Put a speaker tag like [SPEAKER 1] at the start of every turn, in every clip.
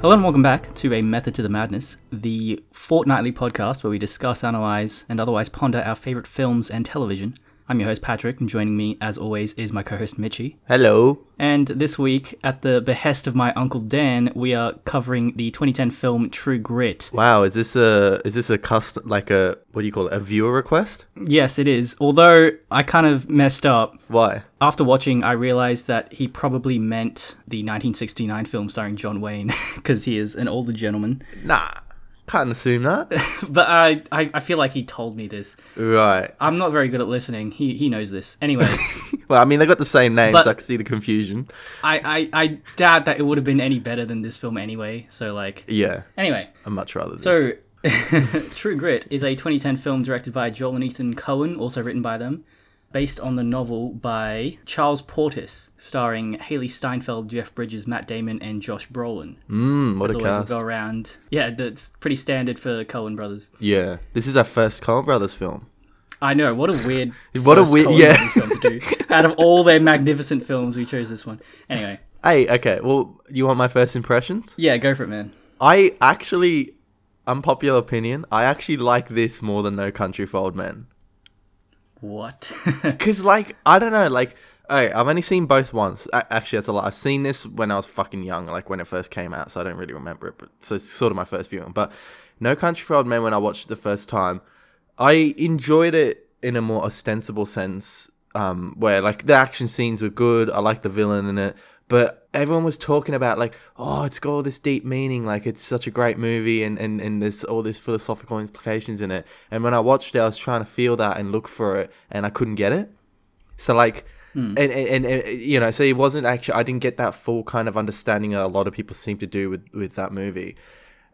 [SPEAKER 1] Hello and welcome back to A Method to the Madness, the fortnightly podcast where we discuss, analyze, and otherwise ponder our favorite films and television. I'm your host, Patrick, and joining me, as always, is my co host, Mitchy.
[SPEAKER 2] Hello.
[SPEAKER 1] And this week, at the behest of my Uncle Dan, we are covering the 2010 film True Grit.
[SPEAKER 2] Wow, is this a is this a custom like a what do you call it? A viewer request?
[SPEAKER 1] Yes, it is, although I kind of messed up.
[SPEAKER 2] Why?
[SPEAKER 1] After watching, I realized that he probably meant the 1969 film starring John Wayne, because he is an older gentleman.
[SPEAKER 2] Nah. Can't assume that.
[SPEAKER 1] But I, I, I feel like he told me this.
[SPEAKER 2] right.
[SPEAKER 1] I'm not very good at listening. He he knows this. Anyway,
[SPEAKER 2] Well, I mean they got the same name,
[SPEAKER 1] But-
[SPEAKER 2] so I can see the confusion.
[SPEAKER 1] I, I I doubt that it would have been any better than this film anyway. So like
[SPEAKER 2] Yeah.
[SPEAKER 1] anyway,
[SPEAKER 2] I'd much rather this.
[SPEAKER 1] so True Grit is a 2010 film directed by Joel and Ethan Cohen, also written by them, based on the novel by Charles Portis, starring Haley Steinfeld, Jeff Bridges, Matt Damon, and Josh Brolin.
[SPEAKER 2] Mm, what a
[SPEAKER 1] As always, we'll
[SPEAKER 2] cast.
[SPEAKER 1] go around. Yeah, that's pretty standard for Cohen brothers.
[SPEAKER 2] Yeah. This is our first Coen Brothers film.
[SPEAKER 1] I know. What a weird.
[SPEAKER 2] What a
[SPEAKER 1] first
[SPEAKER 2] weird-
[SPEAKER 1] Coen
[SPEAKER 2] yeah.
[SPEAKER 1] Brothers film to do. Out of all their magnificent films, we chose this one. Anyway,
[SPEAKER 2] Hey, okay. Well, you want my first impressions?
[SPEAKER 1] yeah, go for it, man.
[SPEAKER 2] I actually unpopular opinion, I actually like this more than No Country for Old Men.
[SPEAKER 1] What?
[SPEAKER 2] Cause like I don't know, like alright, I've only seen both once. A- Actually, that's a lot. I've seen this when I was fucking young, like when it first came out, so I don't really remember it. But so it's sort of my first viewing. But No Country for Old Men, when I watched it the first time, I enjoyed it in a more ostensible sense, um, where like the action scenes were good. I liked the villain in it, but everyone was talking about like, oh, it's got all this deep meaning, like it's such a great movie, and and and there's all these philosophical implications in it. And when I watched it, I was trying to feel that and look for it, and I couldn't get it. So like, and, and, and and you know, so it wasn't actually. I didn't get that full kind of understanding that a lot of people seem to do with with that movie,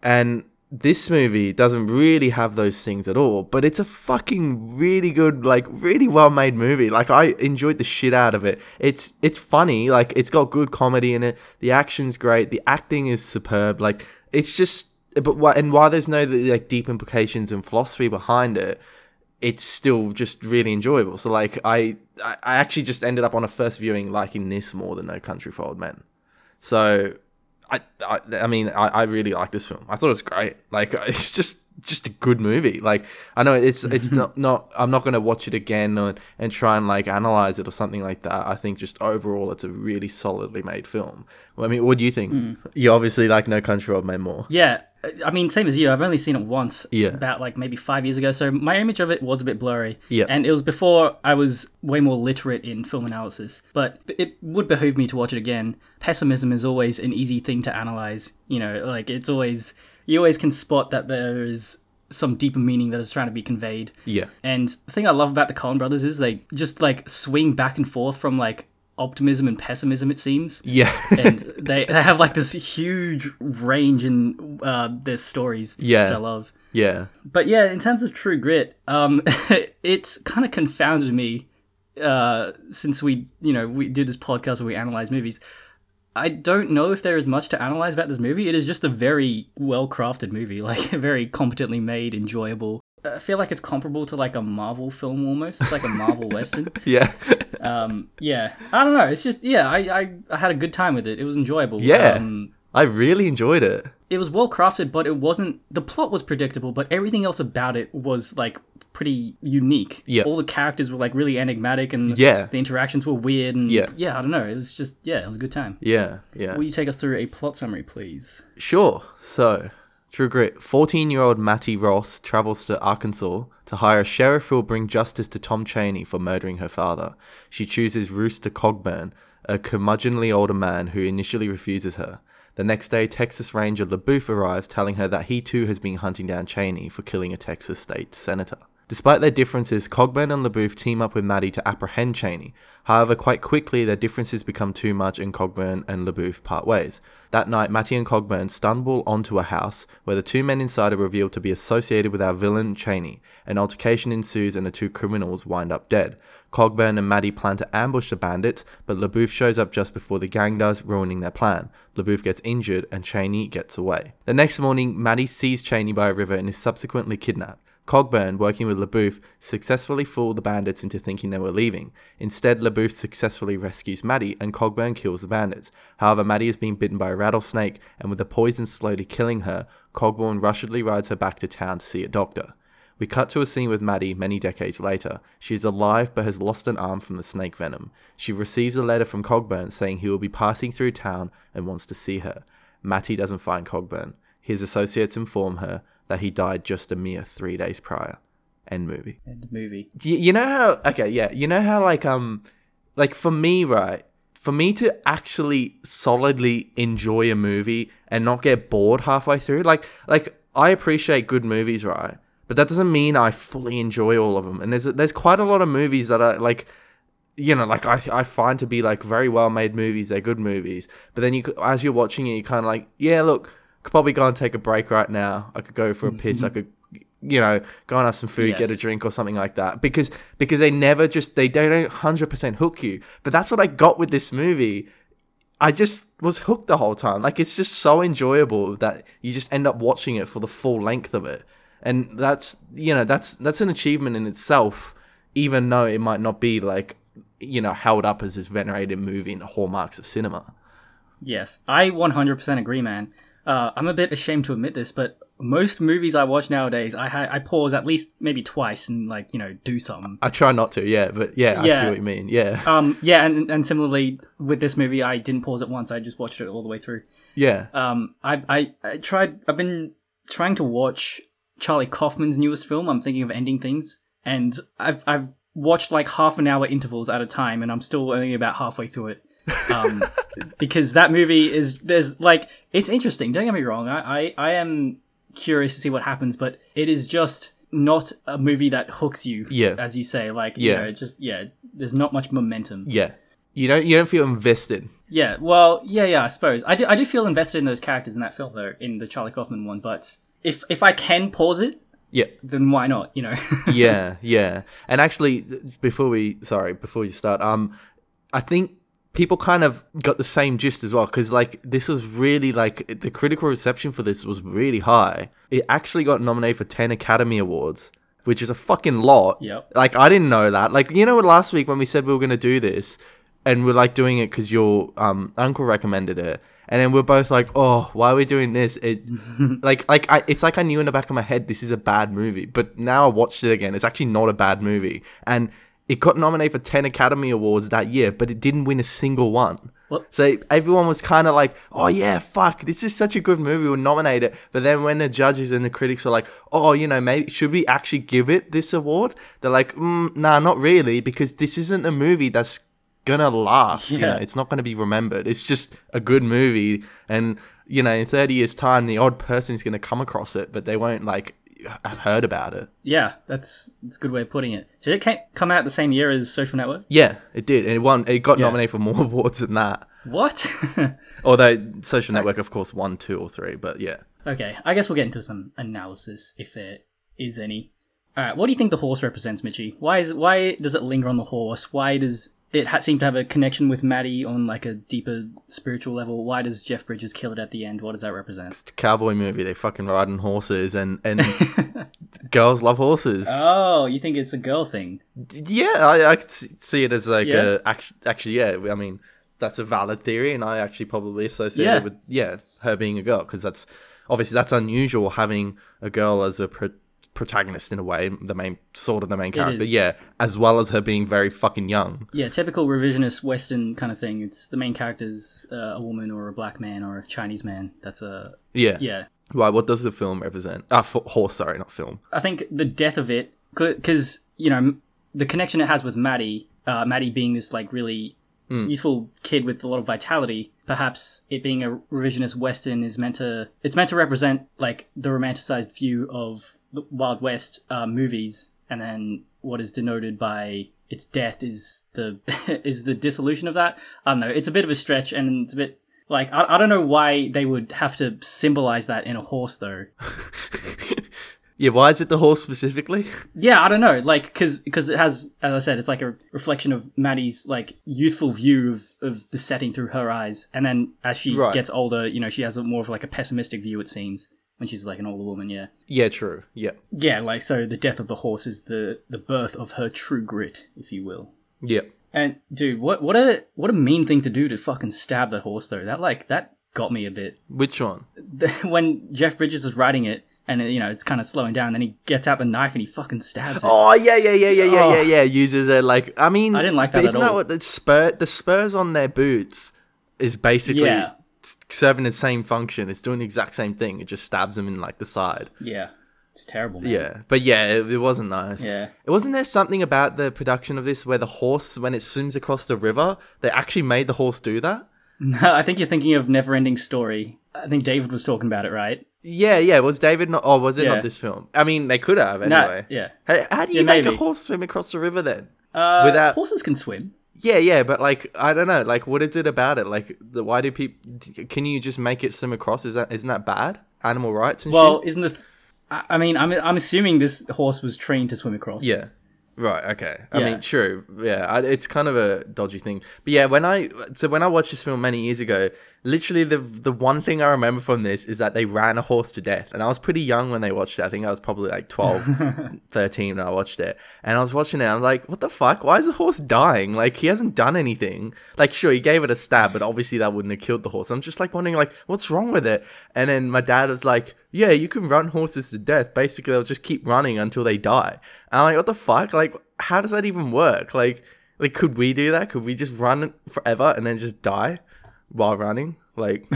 [SPEAKER 2] and this movie doesn't really have those things at all. But it's a fucking really good, like really well made movie. Like I enjoyed the shit out of it. It's it's funny. Like it's got good comedy in it. The action's great. The acting is superb. Like it's just. But why, and while there's no like deep implications and philosophy behind it, it's still just really enjoyable. So like I I I actually just ended up on a first viewing liking this more than No Country for Old Men. So I I, I mean I, I really like this film. I thought it was great. Like it's just just a good movie. Like I know it's it's not not I'm not gonna watch it again and and try and like analyze it or something like that. I think just overall it's a really solidly made film. I mean, what do you think? You obviously like No Country for Old Men more.
[SPEAKER 1] Yeah, I- I mean, same as you. I've only seen it once,
[SPEAKER 2] Yeah.
[SPEAKER 1] about like maybe five years ago. So my image of it was a bit blurry.
[SPEAKER 2] Yeah.
[SPEAKER 1] and it was before I was way more literate in film analysis. But it would behoove me to watch it again. Pessimism is always an easy thing to analyze. You know, like it's always you always can spot that there is some deeper meaning that is trying to be conveyed.
[SPEAKER 2] Yeah.
[SPEAKER 1] And the thing I love about the Coen brothers is they just like swing back and forth from like optimism and pessimism. It seems
[SPEAKER 2] Yeah.
[SPEAKER 1] and they, they have like this huge range in uh, their stories, which
[SPEAKER 2] Yeah.
[SPEAKER 1] I love.
[SPEAKER 2] yeah.
[SPEAKER 1] But yeah, in terms of True Grit, um, it's kind of confounded me uh, since we you know we do this podcast where we analyze movies. I don't know if there is much to analyze about this movie. It is just a very well crafted movie, like very competently made, enjoyable. I feel like it's comparable to like a Marvel film almost. It's like a Marvel western.
[SPEAKER 2] Yeah.
[SPEAKER 1] Um, yeah, I don't know. It's just yeah, I, I I had a good time with it. It was enjoyable.
[SPEAKER 2] Yeah.
[SPEAKER 1] Um,
[SPEAKER 2] I really enjoyed it.
[SPEAKER 1] it was well crafted, but it wasn't. The plot was predictable, but everything else about it was like pretty unique.
[SPEAKER 2] Yeah.
[SPEAKER 1] all the characters were like really enigmatic, and
[SPEAKER 2] Yeah.
[SPEAKER 1] the interactions were weird. And
[SPEAKER 2] Yeah.
[SPEAKER 1] yeah, I don't know. It was just yeah, it was a good time.
[SPEAKER 2] Yeah, yeah.
[SPEAKER 1] Will you take us through a plot summary, please?
[SPEAKER 2] sure. So, True Grit 14 year old Matty Ross travels to Arkansas to hire a sheriff who will bring justice to Tom Cheney for murdering her father. She chooses Rooster Cogburn, a curmudgeonly older man who initially refuses her. The next day, Texas Ranger LaBouffe arrives telling her that he too has been hunting down Cheney for killing a Texas state senator. Despite their differences, Cogburn and LaBouffe team up with Maddie to apprehend Cheney. However, quite quickly, their differences become too much and Cogburn and LaBouffe part ways. That night, Matty and Cogburn stumble onto a house where the two men inside are revealed to be associated with our villain, Cheney. An altercation ensues and the two criminals wind up dead. Cogburn and Maddie plan to ambush the bandits, but LaBouffe shows up just before the gang does, ruining their plan. LaBouffe gets injured and Cheney gets away. The next morning, Maddie sees Cheney by a river and is subsequently kidnapped. Cogburn, working with LaBouffe, successfully fooled the bandits into thinking they were leaving. Instead, LaBouffe successfully rescues Maddie, and Cogburn kills the bandits. However, Maddie is being bitten by a rattlesnake, and with the poison slowly killing her, Cogburn rushedly rides her back to town to see a doctor. We cut to a scene with Maddie many decades later. She is alive but has lost an arm from the snake venom. She receives a letter from Cogburn saying he will be passing through town and wants to see her. Matty doesn't find Cogburn. His associates inform her that he died just a mere three days prior. End movie.
[SPEAKER 1] End movie.
[SPEAKER 2] You, you know how? Okay, yeah. You know how like um, like for me, right? For me to actually solidly enjoy a movie and not get bored halfway through, like like I appreciate good movies, right? But that doesn't mean I fully enjoy all of them. And there's there's quite a lot of movies that are like you know, like I, I find to be like very well made movies. They're good movies, but then you as you're watching it, you kind of like, yeah, look, could probably go and take a break right now. I could go for a piss. I could, you know, go and have some food, get a
[SPEAKER 1] Yes.
[SPEAKER 2] drink or something like that. Because because they never just they don't hundred percent hook you. But that's what I got with this movie. I just was hooked the whole time. Like it's just so enjoyable that you just end up watching it for the full length of it. And that's you know, that's that's an achievement in itself, even though it might not be like you know, held up as this venerated movie in the hallmarks of cinema.
[SPEAKER 1] Yes, I 100% agree, man. Uh, I'm a bit ashamed to admit this, but most movies I watch nowadays, I ha- I pause at least maybe twice and like you know do something.
[SPEAKER 2] I try not to, yeah, but yeah, I
[SPEAKER 1] Yeah.
[SPEAKER 2] see what you mean. Yeah.
[SPEAKER 1] Um, yeah, and and similarly with this movie, I didn't pause it once. I just watched it all the way through.
[SPEAKER 2] yeah.
[SPEAKER 1] Um, I I, I tried. I've been trying to watch Charlie Kaufman's newest film. I'm thinking of ending things, and I've I've watched like half an hour intervals at a time, and I'm still only about halfway through it. um, because that movie is there's like it's interesting. Don't get me wrong. I, I I am curious to see what happens, but it is just not a movie that hooks you.
[SPEAKER 2] Yeah.
[SPEAKER 1] as you say, like
[SPEAKER 2] Yeah.
[SPEAKER 1] you know, it's just yeah. There's not much momentum.
[SPEAKER 2] Yeah. You don't you don't feel invested.
[SPEAKER 1] Yeah, well, yeah, yeah, I suppose. I do, I do feel invested in those characters in that film, though, in the Charlie Kaufman one, but if if I can pause it,
[SPEAKER 2] Yeah.
[SPEAKER 1] then why not, you know?
[SPEAKER 2] yeah, yeah. And actually, th- before we sorry, before you start, um, I think people kind of got the same gist as well because like this was really like the critical reception for this was really high. It actually got nominated for ten Academy Awards, which is a fucking lot.
[SPEAKER 1] Yep.
[SPEAKER 2] Like I didn't know that. Like you know what? Last week when we said we were gonna do this, and we're like doing it because your um uncle recommended it. And then we're both like, "Oh, why are we doing this?" It, like, like I, it's like I knew in the back of my head this is a bad movie, but now I watched it again. It's actually not a bad movie, and it got nominated for ten Academy Awards that year, but it didn't win a single one.
[SPEAKER 1] What?
[SPEAKER 2] So everyone was kind of like, "Oh yeah, fuck, this is such a good movie. We'll nominate it." But then when the judges and the critics are like, "Oh, you know, maybe should we actually give it this award?" They're like, mm, "Nah, not really, because this isn't a movie that's gonna last. You know,
[SPEAKER 1] Yeah.
[SPEAKER 2] it's not gonna be remembered. It's just a good movie, and you know, in thirty years' time, the odd person's gonna come across it, but they won't like have heard about it."
[SPEAKER 1] yeah, that's, that's a good way of putting it. Did it ca- come out the same year as Social Network?
[SPEAKER 2] Yeah, it did, and it won. It got nominated for more awards than that.
[SPEAKER 1] What?
[SPEAKER 2] Although Social Network, of course, won two or three, but yeah.
[SPEAKER 1] okay, I guess we'll get into some analysis if there is any. All right, what do you think the horse represents, Mitchy? Why is why does it linger on the horse? Why does it ha- seem to have a connection with Maddie on like a deeper spiritual level? Why does Jeff Bridges kill it at the end? What does that represent?
[SPEAKER 2] it's a cowboy movie. They fucking riding horses, and and girls love horses.
[SPEAKER 1] Oh, you think it's a girl thing?
[SPEAKER 2] yeah, I, I could s- see it as like
[SPEAKER 1] Yeah.
[SPEAKER 2] a actually, actually, yeah. I mean, that's a valid theory, and I actually probably associate
[SPEAKER 1] Yeah.
[SPEAKER 2] it with yeah her being a girl because that's obviously that's unusual having a girl as a pro- protagonist in a way, the main sort of the main character.
[SPEAKER 1] is.
[SPEAKER 2] Yeah, as well as her being very fucking young.
[SPEAKER 1] Yeah, typical revisionist Western kind of thing. It's the main character's uh, a woman or a black man or a Chinese man. That's a
[SPEAKER 2] Yeah.
[SPEAKER 1] yeah.
[SPEAKER 2] Right. What does the film represent? Ah, f- horse. Sorry, not film.
[SPEAKER 1] I think the death of it, because you know m- the connection it has with Maddie, uh, Maddie being this like really youthful kid with a lot of vitality. Perhaps it being a revisionist Western is meant to it's meant to represent like the romanticized view of the Wild West uh, movies, and then what is denoted by its death is the is the dissolution of that. I don't know. It's a bit of a stretch, and it's a bit. Like I, I don't know why they would have to symbolize that in a horse though.
[SPEAKER 2] Yeah. Why is it the horse specifically?
[SPEAKER 1] Yeah, I don't know, like because it has, as I said, it's like a reflection of Maddie's like youthful view of of the setting through her eyes, and then as she
[SPEAKER 2] Right.
[SPEAKER 1] gets older, you know, she has a more of like a pessimistic view. It seems. when she's like an older woman. Yeah,
[SPEAKER 2] Yeah, true. Yeah.
[SPEAKER 1] yeah. Like so, the death of the horse is the the birth of her true grit, if you will.
[SPEAKER 2] Yeah.
[SPEAKER 1] And dude, what what a what a mean thing to do to fucking stab that horse though. That like that got me a bit.
[SPEAKER 2] Which one?
[SPEAKER 1] When Jeff Bridges is riding it, and you know it's kind of slowing down, then he gets out the knife and he fucking stabs it.
[SPEAKER 2] Oh yeah, yeah, yeah, yeah, yeah,
[SPEAKER 1] Oh.
[SPEAKER 2] yeah, yeah. Uses it like I mean,
[SPEAKER 1] I didn't like
[SPEAKER 2] but
[SPEAKER 1] that at
[SPEAKER 2] Isn't that
[SPEAKER 1] all.
[SPEAKER 2] what the spur the spurs on their boots is basically
[SPEAKER 1] Yeah.
[SPEAKER 2] s- serving the same function. It's doing the exact same thing. It just stabs them in like the side.
[SPEAKER 1] Yeah, it's terrible. Man.
[SPEAKER 2] Yeah, but yeah, it, it wasn't nice.
[SPEAKER 1] Yeah.
[SPEAKER 2] it wasn't there something about the production of this where the horse when it swims across the river, they actually made the horse do that.
[SPEAKER 1] No, I think you're thinking of Neverending Story. I think David was talking about it, right?
[SPEAKER 2] Yeah, yeah. Was David not? Or was it
[SPEAKER 1] Yeah.
[SPEAKER 2] not this film? I mean, they could have anyway.
[SPEAKER 1] No, yeah.
[SPEAKER 2] How, how do you
[SPEAKER 1] Yeah,
[SPEAKER 2] make
[SPEAKER 1] maybe.
[SPEAKER 2] a horse swim across the river then?
[SPEAKER 1] Uh,
[SPEAKER 2] Without-
[SPEAKER 1] horses can swim.
[SPEAKER 2] Yeah, yeah, but like I don't know, like what is it about it? Like, the, why do people? Can you just make it swim across? Is that isn't that bad? Animal rights and
[SPEAKER 1] Well,
[SPEAKER 2] shit.
[SPEAKER 1] isn't the? I I mean, I'm I'm assuming this horse was trained to swim across.
[SPEAKER 2] Yeah. Right. Okay. I
[SPEAKER 1] Yeah.
[SPEAKER 2] mean, true. Yeah. I, it's kind of a dodgy thing. But yeah, when I so when I watched this film many years ago, literally the the one thing I remember from this is that they ran a horse to death, and I was pretty young when they watched it. I think I was probably like 12, 13 when I watched it, and I was watching it. I'm like, what the fuck? Why is the horse dying? Like he hasn't done anything. Like sure, he gave it a stab, but obviously that wouldn't have killed the horse. I'm just like wondering, like what's wrong with it? And then my dad was like, yeah, you can run horses to death. Basically, they'll just keep running until they die. And I'm like, what the fuck? Like, how does that even work? Like, like could we do that? Could we just run forever and then just die while running? Like,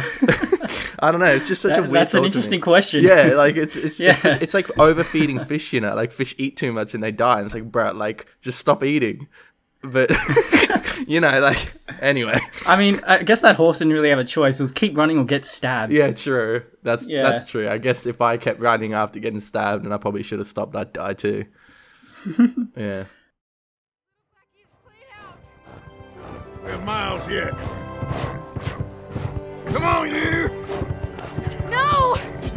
[SPEAKER 2] I don't know. It's just such
[SPEAKER 1] That-
[SPEAKER 2] a weird.
[SPEAKER 1] that's an
[SPEAKER 2] thought to me.
[SPEAKER 1] interesting question.
[SPEAKER 2] Yeah, like it's it's, it's
[SPEAKER 1] Yeah.
[SPEAKER 2] it's like overfeeding fish. You know, like fish eat too much and they die. And it's like, bro, like just stop eating. But you know, like anyway.
[SPEAKER 1] I mean, I guess that horse didn't really have a choice. It was keep running or get stabbed.
[SPEAKER 2] Yeah, true. That's
[SPEAKER 1] Yeah.
[SPEAKER 2] that's true. I guess if I kept running after getting stabbed, and I probably should have stopped, I'd die too. yeah.
[SPEAKER 3] We're miles yet. Come on, you!
[SPEAKER 4] No!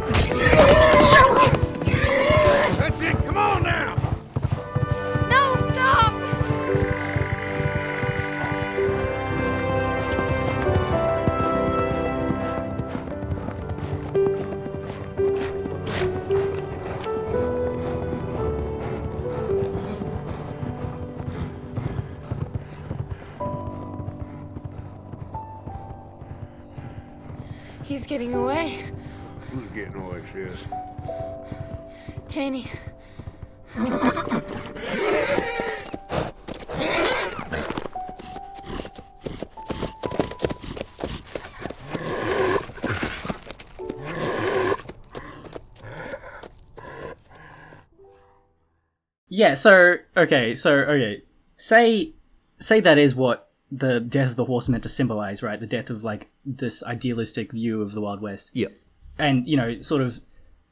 [SPEAKER 3] That's it, come on now!
[SPEAKER 4] No, stop! He's getting away.
[SPEAKER 3] Who's getting away, sis?
[SPEAKER 4] Cheney.
[SPEAKER 1] Yeah. So okay. So okay. Say say that is what the death of the horse meant to symbolize, right? The death of like this idealistic view of the Wild West.
[SPEAKER 2] Yeah.
[SPEAKER 1] and you know sort of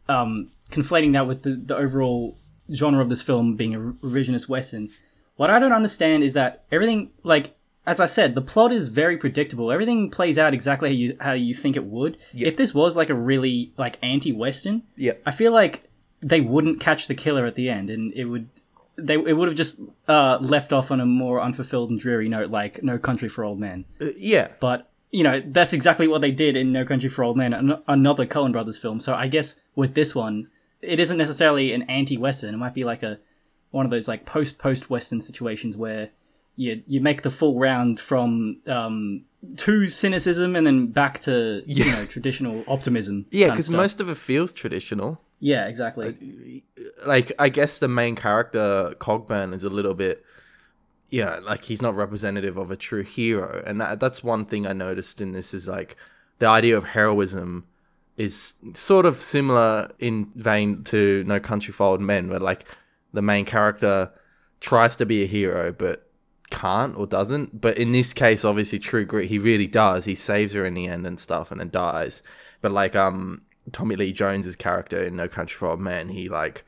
[SPEAKER 1] um, conflating that with the, the overall genre of this film being a re- revisionist western what i don't understand is that everything like as i said the plot is very predictable everything plays out exactly how you, how you think it would if this was like a really like anti-western
[SPEAKER 2] Yeah.
[SPEAKER 1] i feel like they wouldn't catch the killer at the end and it would they it would have just uh, left off on a more unfulfilled and dreary note like no country for old men
[SPEAKER 2] Uh, yeah.
[SPEAKER 1] but you know that's exactly what they did in No Country for Old Men, an- another Coen Brothers film. So I guess with this one, it isn't necessarily an anti-Western. It might be like a one of those like post-post-Western situations where you you make the full round from um, to cynicism and then back to you
[SPEAKER 2] Yeah.
[SPEAKER 1] know traditional optimism.
[SPEAKER 2] Yeah,
[SPEAKER 1] kind of
[SPEAKER 2] because
[SPEAKER 1] stuff.
[SPEAKER 2] most of it feels traditional.
[SPEAKER 1] yeah exactly
[SPEAKER 2] Like, I guess the main character Cogburn is a little bit, you know, like he's not representative of a true hero, and that that's one thing I noticed in this is like the idea of heroism is sort of similar in vein to No Country for Old Men, where like the main character tries to be a hero but can't or doesn't. But in this case, obviously, True Grit, he really does. He saves her in the end and stuff, and then dies. But like um Tommy Lee Jones's character in No Country for Old Men, he like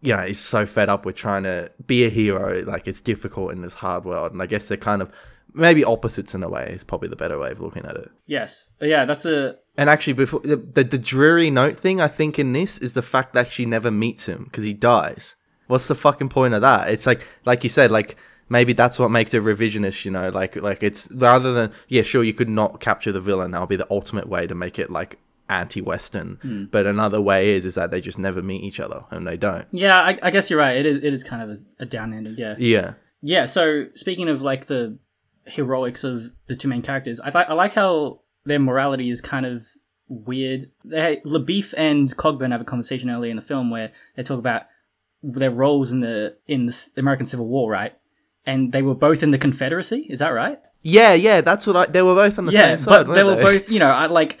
[SPEAKER 2] you know is so fed up with trying to be a hero. Like it's difficult in this hard world, and I guess they're kind of maybe opposites in a way is probably the better way of looking at it.
[SPEAKER 1] yes yeah that's a
[SPEAKER 2] And actually, before the, the, the dreary note thing, I think in this is the fact that she never meets him because he dies. What's the fucking point of that? It's like, like you said, like maybe that's what makes it revisionist, you know? Like, like it's rather than yeah, sure, you could not capture the villain. That'll be the ultimate way to make it like anti-Western. But another way is is that they just never meet each other and they don't.
[SPEAKER 1] Yeah, I, I guess you're right. It is it is kind of a, a down ending. Yeah.
[SPEAKER 2] Yeah.
[SPEAKER 1] Yeah. So speaking of like the heroics of the two main characters, I th- I like how their morality is kind of weird. They Labeef and Cogburn have a conversation earlier in the film where they talk about their roles in the in the s- American Civil War, right? And they were both in the Confederacy. Is that right?
[SPEAKER 2] Yeah, yeah, that's what I they were both on the
[SPEAKER 1] yeah,
[SPEAKER 2] same side.
[SPEAKER 1] but
[SPEAKER 2] weren't
[SPEAKER 1] they were both, you know, I like.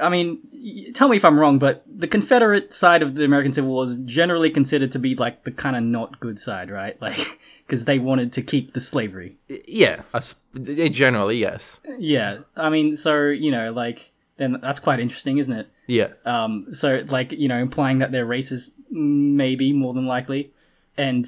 [SPEAKER 1] I mean, y- tell me if I'm wrong, but the Confederate side of the American Civil War is generally considered to be like the kind of not good side, right? Like, because they wanted to keep the slavery.
[SPEAKER 2] Yeah, I s- generally yes.
[SPEAKER 1] Yeah, I mean, so you know, like, then that's quite interesting, isn't it?
[SPEAKER 2] Yeah.
[SPEAKER 1] Um, so like, you know, implying that they're racist, maybe more than likely, and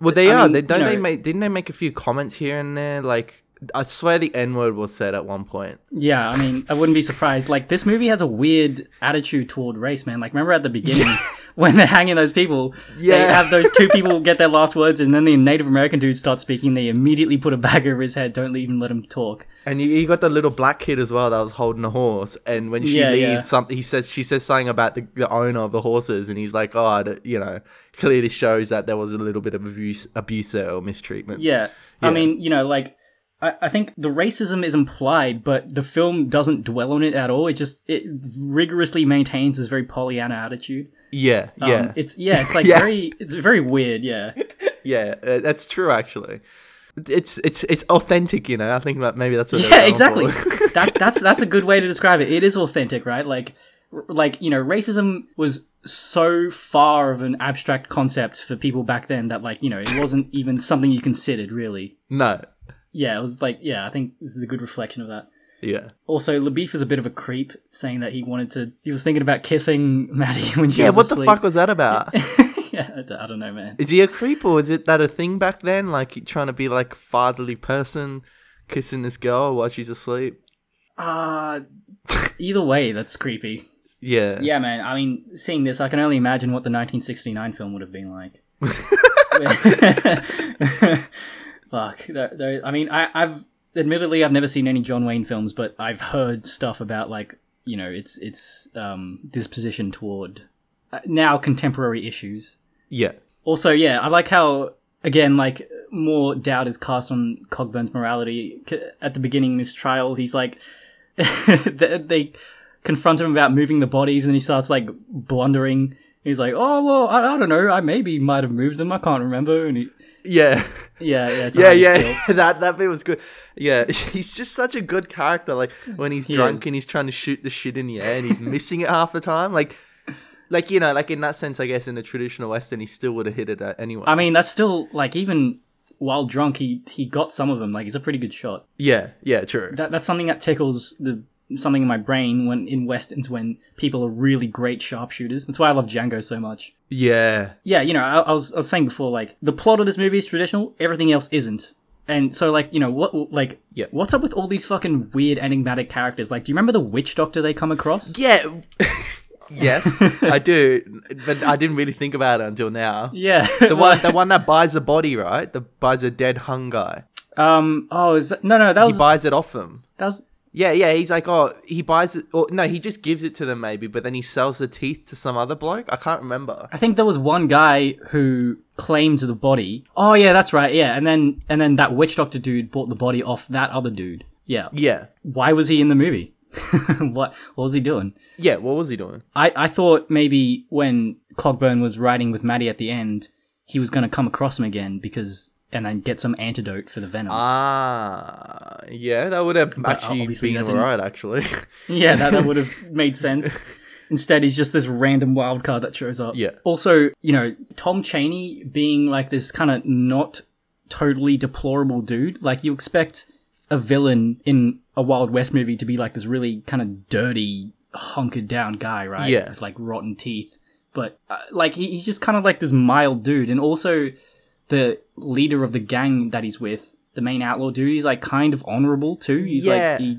[SPEAKER 2] Well, they
[SPEAKER 1] I
[SPEAKER 2] are.
[SPEAKER 1] mean,
[SPEAKER 2] they
[SPEAKER 1] you
[SPEAKER 2] don't. they
[SPEAKER 1] know-
[SPEAKER 2] make didn't they make a few comments here and there? Like I swear the N word was said at one point.
[SPEAKER 1] Yeah, I mean, I wouldn't be surprised. Like, this movie has a weird attitude toward race, man. Like, remember at the beginning when they're hanging those people? They
[SPEAKER 2] Yeah.
[SPEAKER 1] have those two people get their last words, and then the Native American dude starts speaking. They immediately put a bag over his head, don't even let him talk.
[SPEAKER 2] And you, you got the little black kid as well that was holding a horse. And when she
[SPEAKER 1] Yeah,
[SPEAKER 2] leaves,
[SPEAKER 1] yeah.
[SPEAKER 2] something he says she says something about the, the owner of the horses, and he's like, "Oh, I don't- you know, clearly shows that there was a little bit of abuse, abuse there or mistreatment."
[SPEAKER 1] Yeah. I
[SPEAKER 2] Yeah.
[SPEAKER 1] mean, you know, like, I, I think the racism is implied, but the film doesn't dwell on it at all. It just, it rigorously maintains this very Pollyanna attitude.
[SPEAKER 2] yeah,
[SPEAKER 1] Um,
[SPEAKER 2] yeah,
[SPEAKER 1] It's, yeah, it's like
[SPEAKER 2] Yeah.
[SPEAKER 1] very, it's very weird, yeah.
[SPEAKER 2] yeah. uh, That's true, actually. It's it's it's authentic, you know. I think that maybe that's what. they're
[SPEAKER 1] yeah exactly
[SPEAKER 2] going for.
[SPEAKER 1] that that's that's a good way to describe it it is authentic right like r- like you know racism was so far of an abstract concept for people back then that like you know it wasn't even something you considered really
[SPEAKER 2] no,
[SPEAKER 1] yeah it was like yeah i think this is a good reflection of that
[SPEAKER 2] yeah.
[SPEAKER 1] also Labeef is a bit of a creep saying that he wanted to he was thinking about kissing maddie when she
[SPEAKER 2] Yeah,
[SPEAKER 1] was
[SPEAKER 2] what the
[SPEAKER 1] asleep.
[SPEAKER 2] fuck was that about?
[SPEAKER 1] yeah I d- i don't know man
[SPEAKER 2] Is he a creep or is it that a thing back then? Like trying to be like a fatherly person, kissing this girl while she's asleep.
[SPEAKER 1] uh either way that's creepy
[SPEAKER 2] Yeah.
[SPEAKER 1] Yeah, man. I mean, seeing this, I can only imagine what the 1969 film would have been like. Fuck. There- there- I mean, I, I've admittedly I've never seen any John Wayne films, but I've heard stuff about like you know its its um, disposition toward uh, now contemporary issues.
[SPEAKER 2] Yeah.
[SPEAKER 1] Also, yeah, I like how again like more doubt is cast on Cogburn's morality C- at the beginning. of This trial, he's like they, they confront him about moving the bodies, and he starts like blundering. He's like, "Oh well, I, I don't know. I maybe might have moved them. I can't remember." And he,
[SPEAKER 2] Yeah.
[SPEAKER 1] yeah, yeah, it's
[SPEAKER 2] Yeah,
[SPEAKER 1] hard as guilt.
[SPEAKER 2] yeah, that that bit was good. Yeah, he's just such a good character. Like when he's
[SPEAKER 1] He
[SPEAKER 2] drunk
[SPEAKER 1] is.
[SPEAKER 2] and he's trying to shoot the shit in the air and he's missing it half the time. Like, like you know, like in that sense, I guess in the traditional western, he still would have hit it uh, anyway.
[SPEAKER 1] I mean, that's still like even while drunk, he he got some of them. Like, it's a pretty good shot.
[SPEAKER 2] yeah, yeah, true.
[SPEAKER 1] That that's something that tickles the something in my brain when in westerns when people are really great sharpshooters. That's why I love Django so much.
[SPEAKER 2] yeah,
[SPEAKER 1] yeah, you know, I, I was I was saying before, like the plot of this movie is traditional, everything else isn't. And so, like, you know, what, like,
[SPEAKER 2] Yeah.
[SPEAKER 1] what's up with all these fucking weird enigmatic characters? Like, do you remember the witch doctor they come across?
[SPEAKER 2] yeah, yes, I do, but I didn't really think about it until now.
[SPEAKER 1] Yeah,
[SPEAKER 2] The one, the one that buys a body, right? The buys a dead hung guy.
[SPEAKER 1] um, oh, is that, no, no, that
[SPEAKER 2] He
[SPEAKER 1] was
[SPEAKER 2] buys it off them.
[SPEAKER 1] that was
[SPEAKER 2] Yeah, yeah. He's like, oh, he buys it, or no, he just gives it to them maybe, but then he sells the teeth to some other bloke. I can't remember.
[SPEAKER 1] I think there was one guy who claimed the body. Oh yeah, that's right. Yeah, and then and then that witch doctor dude bought the body off that other dude. Yeah,
[SPEAKER 2] Yeah,
[SPEAKER 1] why was he in the movie? what what was he doing?
[SPEAKER 2] yeah. What was he doing?
[SPEAKER 1] I, I thought maybe when Cogburn was riding with Maddie at the end, he was going to come across him again because and then get some antidote for the venom.
[SPEAKER 2] Ah, yeah. That would have actually
[SPEAKER 1] obviously that
[SPEAKER 2] been
[SPEAKER 1] didn't-
[SPEAKER 2] alright, actually.
[SPEAKER 1] yeah, that, that would have made sense. Instead, he's just this random wild card that shows up.
[SPEAKER 2] Yeah.
[SPEAKER 1] Also, you know, Tom Cheney being like this kind of not totally deplorable dude. Like you expect a villain in a Wild West movie to be like this really kind of dirty, hunkered down guy, right?
[SPEAKER 2] Yeah.
[SPEAKER 1] With like rotten teeth. But uh, like he, he's just kind of like this mild dude, and also the leader of the gang that he's with, the main outlaw dude, he's like kind of honorable too. He's
[SPEAKER 2] Yeah.
[SPEAKER 1] like he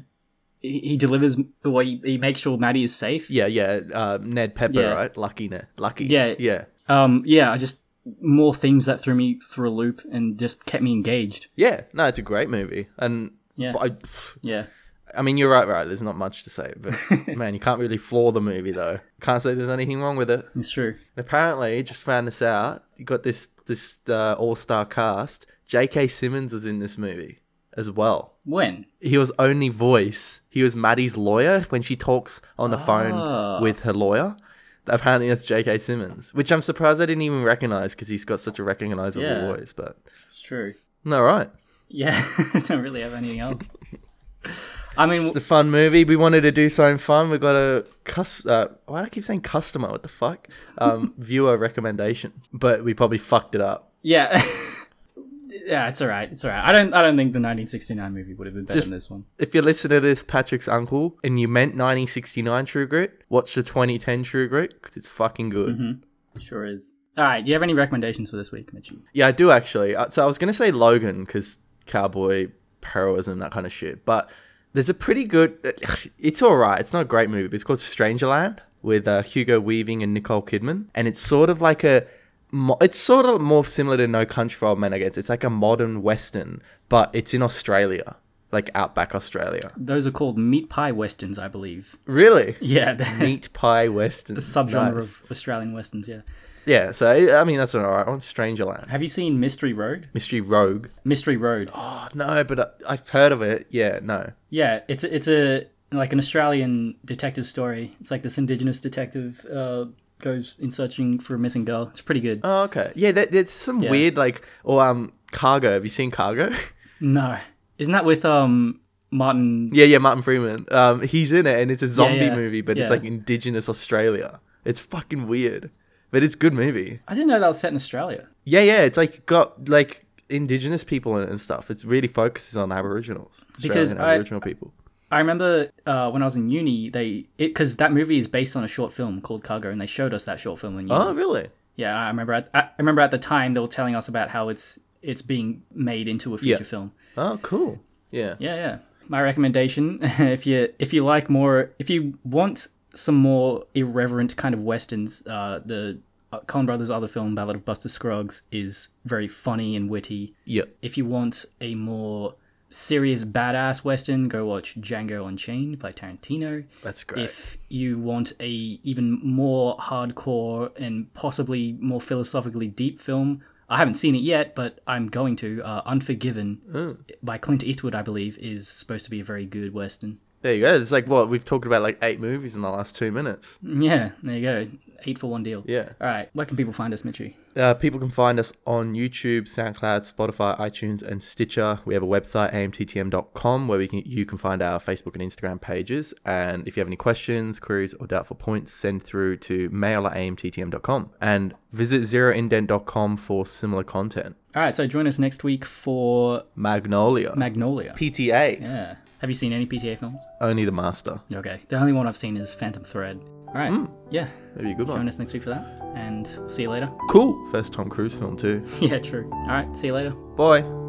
[SPEAKER 1] he he delivers or he, he makes sure Maddie is safe.
[SPEAKER 2] yeah, yeah. Uh, Ned Pepper,
[SPEAKER 1] Yeah.
[SPEAKER 2] right? Lucky Ned. Lucky.
[SPEAKER 1] Yeah.
[SPEAKER 2] yeah,
[SPEAKER 1] Um yeah, I just more things that threw me through a loop and just kept me engaged.
[SPEAKER 2] yeah. No, it's a great movie, and
[SPEAKER 1] Yeah.
[SPEAKER 2] I,
[SPEAKER 1] Yeah.
[SPEAKER 2] I mean, you're right, right. There's not much to say, but man, you can't really flaw the movie though. Can't say there's anything wrong with it.
[SPEAKER 1] It's true.
[SPEAKER 2] And apparently, just found this out. You got this this uh, all star cast. J.K. Simmons was in this movie as well.
[SPEAKER 1] When?
[SPEAKER 2] He was only voice. He was Maddie's lawyer when she talks on the phone with her lawyer. Apparently, that's J.K. Simmons, which I'm surprised I didn't even recognize because he's got such a recognizable
[SPEAKER 1] Yeah.
[SPEAKER 2] voice. But
[SPEAKER 1] It's true.
[SPEAKER 2] no, right.
[SPEAKER 1] Yeah, I don't really have anything else. I mean,
[SPEAKER 2] It's a fun movie. We wanted to do something fun. We got a cus. Uh, why do I keep saying customer? What the fuck? Um, viewer recommendation, but we probably fucked it up.
[SPEAKER 1] yeah, yeah. It's all right. It's all right. I don't. I don't think the 1969 movie would have been better
[SPEAKER 2] Just-
[SPEAKER 1] than this one.
[SPEAKER 2] If you listen to this, Patrick's uncle, and you meant 1969 True Grit, watch the 2010 True Grit because it's fucking good.
[SPEAKER 1] Sure is. All right. Do you have any recommendations for this week, Mitchy?
[SPEAKER 2] Yeah, I do actually. Uh, So I was gonna say Logan because cowboy heroism that kind of shit, but there's a pretty good. It's all right. It's not a great movie. But it's called Strangerland with uh, Hugo Weaving and Nicole Kidman, and it's sort of like a. mo- It's sort of more similar to No Country for Old Men, I guess. It's like a modern western, but it's in Australia, like outback Australia.
[SPEAKER 1] Those are called meat pie westerns, I believe.
[SPEAKER 2] Really?
[SPEAKER 1] Yeah, the
[SPEAKER 2] Meat pie western
[SPEAKER 1] subgenre
[SPEAKER 2] Nice.
[SPEAKER 1] of Australian westerns. Yeah.
[SPEAKER 2] Yeah, so I I mean that's an alright one. Strangerland,
[SPEAKER 1] Have you seen Mystery Road?
[SPEAKER 2] Mystery Rogue.
[SPEAKER 1] Mystery Road.
[SPEAKER 2] Oh no, but I, I've heard of it. Yeah, no.
[SPEAKER 1] Yeah, it's a, it's a like an Australian detective story. It's like this indigenous detective uh, goes in searching for a missing girl. It's pretty good.
[SPEAKER 2] Oh, okay. Yeah, there, there's some weird like or um cargo. Have you seen cargo?
[SPEAKER 1] no, isn't that with um Martin?
[SPEAKER 2] yeah, yeah. Martin Freeman. Um, he's in it, and it's a zombie
[SPEAKER 1] yeah.
[SPEAKER 2] movie, but it's
[SPEAKER 1] Yeah.
[SPEAKER 2] like Indigenous Australia. It's fucking weird, but it's a good movie.
[SPEAKER 1] I didn't know that was set in Australia.
[SPEAKER 2] Yeah, yeah. It's like got like Indigenous people in it and stuff. It really focuses on Aboriginals,
[SPEAKER 1] Because
[SPEAKER 2] Australian
[SPEAKER 1] I-
[SPEAKER 2] Aboriginal people.
[SPEAKER 1] I remember uh, when I was in uni, they because that movie is based on a short film called Cargo, and they showed us that short film in uni.
[SPEAKER 2] Oh, really?
[SPEAKER 1] Yeah, I remember. At, I remember at the time they were telling us about how it's it's being made into a feature
[SPEAKER 2] Yeah.
[SPEAKER 1] film.
[SPEAKER 2] Oh, cool. Yeah.
[SPEAKER 1] Yeah, yeah. My recommendation, if you if you like more, if you want some more irreverent kind of westerns, uh, the uh, Coen Brothers' other film, Ballad of Buster Scruggs, is very funny and witty.
[SPEAKER 2] Yeah.
[SPEAKER 1] If you want a more serious badass western, go watch Django Unchained by Tarantino.
[SPEAKER 2] That's great.
[SPEAKER 1] If you want a even more hardcore and possibly more philosophically deep film, I haven't seen it yet, but I'm going to. Uh, Unforgiven by Clint Eastwood, I believe, is supposed to be a very good western.
[SPEAKER 2] There you go. It's like what we've talked about like eight movies in the last two minutes.
[SPEAKER 1] Yeah, there you go. Eight for one deal.
[SPEAKER 2] Yeah.
[SPEAKER 1] All right. Where can people find us, Mitchy?
[SPEAKER 2] Uh, people can find us on YouTube, SoundCloud, Spotify, iTunes, and Stitcher. We have a website, amttm.com, where we can, you can find our Facebook and Instagram pages. And if you have any questions, queries, or doubtful points, send through to mail at amttm.com. And visit zeroindent.com for similar content.
[SPEAKER 1] All right. So join us next week for
[SPEAKER 2] Magnolia.
[SPEAKER 1] Magnolia.
[SPEAKER 2] PTA.
[SPEAKER 1] yeah. Have you seen any PTA films?
[SPEAKER 2] Only the Master.
[SPEAKER 1] Okay. The only one I've seen is Phantom Thread. All right. Yeah.
[SPEAKER 2] That'd be a good
[SPEAKER 1] Join
[SPEAKER 2] one.
[SPEAKER 1] us next week for that, and we'll see you later.
[SPEAKER 2] Cool. First Tom Cruise film, too.
[SPEAKER 1] yeah, true. All right. See you later.
[SPEAKER 2] Bye.